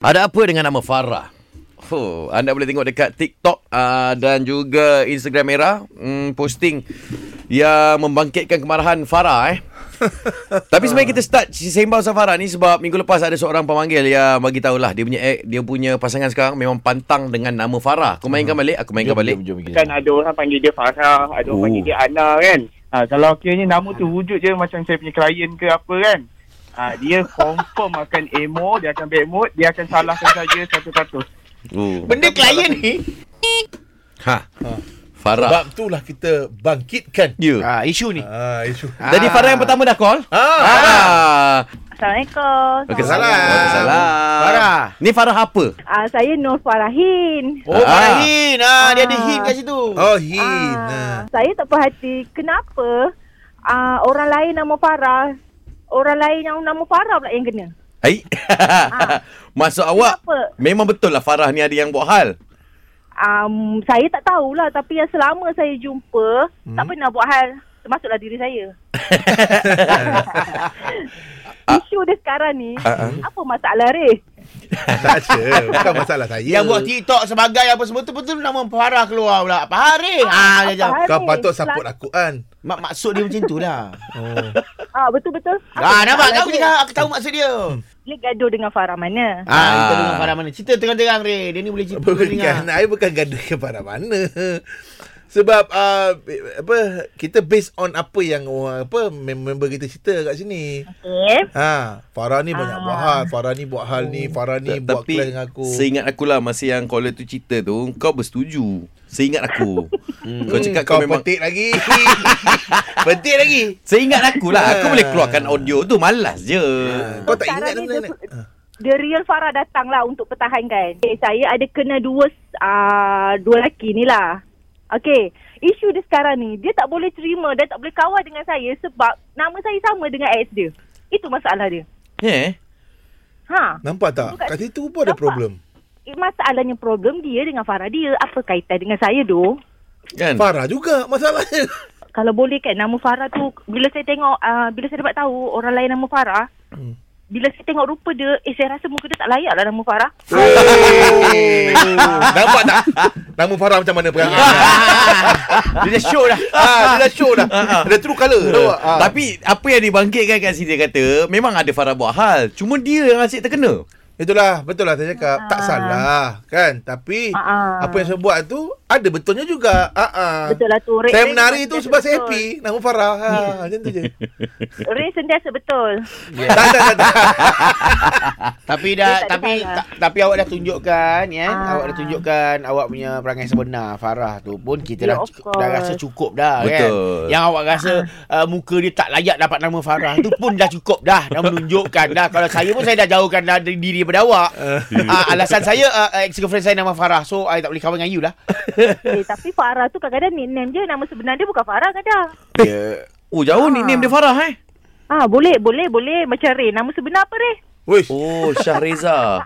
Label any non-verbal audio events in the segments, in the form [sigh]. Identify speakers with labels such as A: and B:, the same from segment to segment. A: Ada apa dengan nama Farah?
B: Oh, anda boleh tengok dekat TikTok uh, dan juga Instagram Era um, posting yang membangkitkan kemarahan Farah eh. Tapi sebenarnya kita start sembang pasal Farah ni sebab minggu lepas ada seorang pemanggil yang bagi tahulah dia punya dia punya pasangan sekarang memang pantang dengan nama Farah. Kau mainkan balik, aku mainkan balik.
A: Jom, jom,
C: kan
D: ah.
C: ada orang panggil dia Farah, ada orang
B: Oh.
C: panggil dia Ana kan. Ha, kalau kiranya nama tu wujud je macam saya punya klien ke apa kan. Ha, dia confirm akan emo, dia akan bad mood, dia akan salahkan saya satu-satu.
B: Oh.
E: Benda klien ni
B: Ha.
E: Sebab
B: Farah.
E: itulah kita bangkitkan
B: Ya.
D: Ah, isu ni.
E: ah, isu
B: Jadi Farah yang pertama dah call.
E: ah.
B: Ah.
F: Assalamualaikum.
B: Okey,
F: Salam.
E: salam.
B: Salam.
D: Farah.
B: Ni Farah apa?
F: Ah, saya Nur Farahin.
D: Oh,
B: Ah.
D: Farah Hin. Ah, dia ada
F: Ah.
D: Hin kat situ.
E: Oh hina
F: Ah, saya tak puas hati kenapa ah, orang lain nama Farah, orang lain yang nama Farah pula yang kena.
B: Ai. [laughs] Masuk awak.
F: Kenapa?
B: Memang betul lah Farah ni ada yang buat hal.
F: Um, saya tak tahulah tapi yang selama saya jumpa hmm. tak pernah buat hal termasuklah diri saya. Isu dia sekarang ni Apa masalah Reh?
E: Tak ada Bukan masalah saya
D: Yang buat TikTok sebagai apa semua tu betul nama Farah keluar pula. Farah Hin. Ah, dia jawab.
F: Farah
E: Kau
F: ni?
E: patut support aku kan
D: Mak maksud dia macam tu lah.
E: [laughs]
F: Ah betul-betul Apa
D: ah, nampak
F: masalah
D: aku
F: dia?
D: cakap aku tahu maksud dia.
F: Dia gaduh dengan Farah mana?
D: Ah, kita dengan Farah mana? Cerita terang-terang Ray. Dia ni boleh cerita
E: Bukan
D: terang.
E: Saya bukan ganda kepada mana sebab uh, apa kita based on apa yang orang apa mem- member kita cerita kat sini.
F: Okay.
E: Ha, Farah ni banyak buat hal, Farah ni buat hal ni, Farah ni
B: Ta-
E: buat kelas dengan aku.
B: Seingat akulah masa yang caller tu cerita tu, kau bersetuju. Seingat aku. kau cakap kau,
E: Hmm. kau
B: memang
E: petik lagi. [laughs]
D: Betul lagi.
B: Seingat akulah, aku boleh
E: [laughs]
B: keluarkan audio tu malas je. Ah.
E: kau tak ingat
F: Sekarang ni
E: benda
F: dia
E: ni. Ah.
F: pu- The real Farah datanglah untuk pertahankan. Okay, saya ada kena dua uh, dua lelaki ni lah. Okay, isu dia sekarang ni, dia tak boleh terima dan tak boleh kawal dengan saya sebab nama saya sama dengan ex dia. Itu masalah dia.
E: Ya.
B: Eh.
F: Ha,
E: Nampak tak?
F: Bukan-
E: Kat situ pun ada
F: Nampak.
E: problem.
F: eh, masalahnya problem dia dengan Farah dia. Apa kaitan dengan saya doh?
B: Kan?
E: Farah juga masalahnya.
F: Kalau boleh kan, nama Farah tu, bila saya tengok, uh, bila saya dapat tahu orang lain nama Farah,
E: Hmm.
F: bila saya tengok rupa dia, eh saya rasa muka dia tak layak lah nama Farah.
E: Eh, Nampak
B: [laughs]
E: tak? Nama Farah macam mana perang.
B: Ya. Ah, Dia dah show dah.
E: ah, dia dah show dah. dia true color. Tahu tak? Ah.
B: [laughs] Tapi apa yang dibangkitkan kat sini dia kata, memang ada Farah buat hal. Cuma dia yang asyik terkena.
E: Itulah, betul lah saya cakap. Tak salah, kan? Tapi
F: Ah.
E: apa yang saya buat tu ada betulnya juga. Ah ah.
F: Betul lah tu. Red
E: Saya
F: Red
E: menari tu
F: betul-
E: sebab saya
F: betul.
E: happy. Nama Farah. Ha, macam tu je.
F: Ray sentiasa betul.
E: tak, tak, tak, tak.
D: Tapi dah
F: Dia tak ada
D: tapi
F: Farah.
D: ta, tapi awak dah tunjukkan ya,
F: Ah.
D: awak dah tunjukkan awak punya perangai sebenar Farah tu pun kita
F: Ya,
D: dah
F: of
D: cukup, dah
F: course. Ah.
D: rasa cukup dah
B: Betul.
D: kan. Yang awak rasa uh, muka dia tak layak dapat nama Farah tu pun dah cukup dah, dah menunjukkan dah. Kalau saya pun saya dah jauhkan dah dari diri daripada awak. Ah, alasan saya uh, ex girlfriend saya nama Farah. So I tak boleh kawan dengan you lah.
F: Eh, tapi Farah tu kadang-kadang nickname dia nama sebenar dia bukan Farah kadang.
D: Ya.
B: Oh, jauh ni nickname dia Farah eh.
F: Ah, boleh, boleh, boleh. Macam Ray. Nama sebenar apa Ray?
E: Wish.
B: Oh, Syahreza.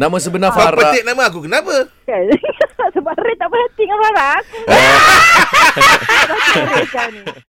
B: Nama sebenar
E: Kau
B: Farah.
E: petik nama aku. Kenapa?
F: Kan? Sebab Ray tak berhati dengan Farah. Aku. Macam Ray sekarang ni.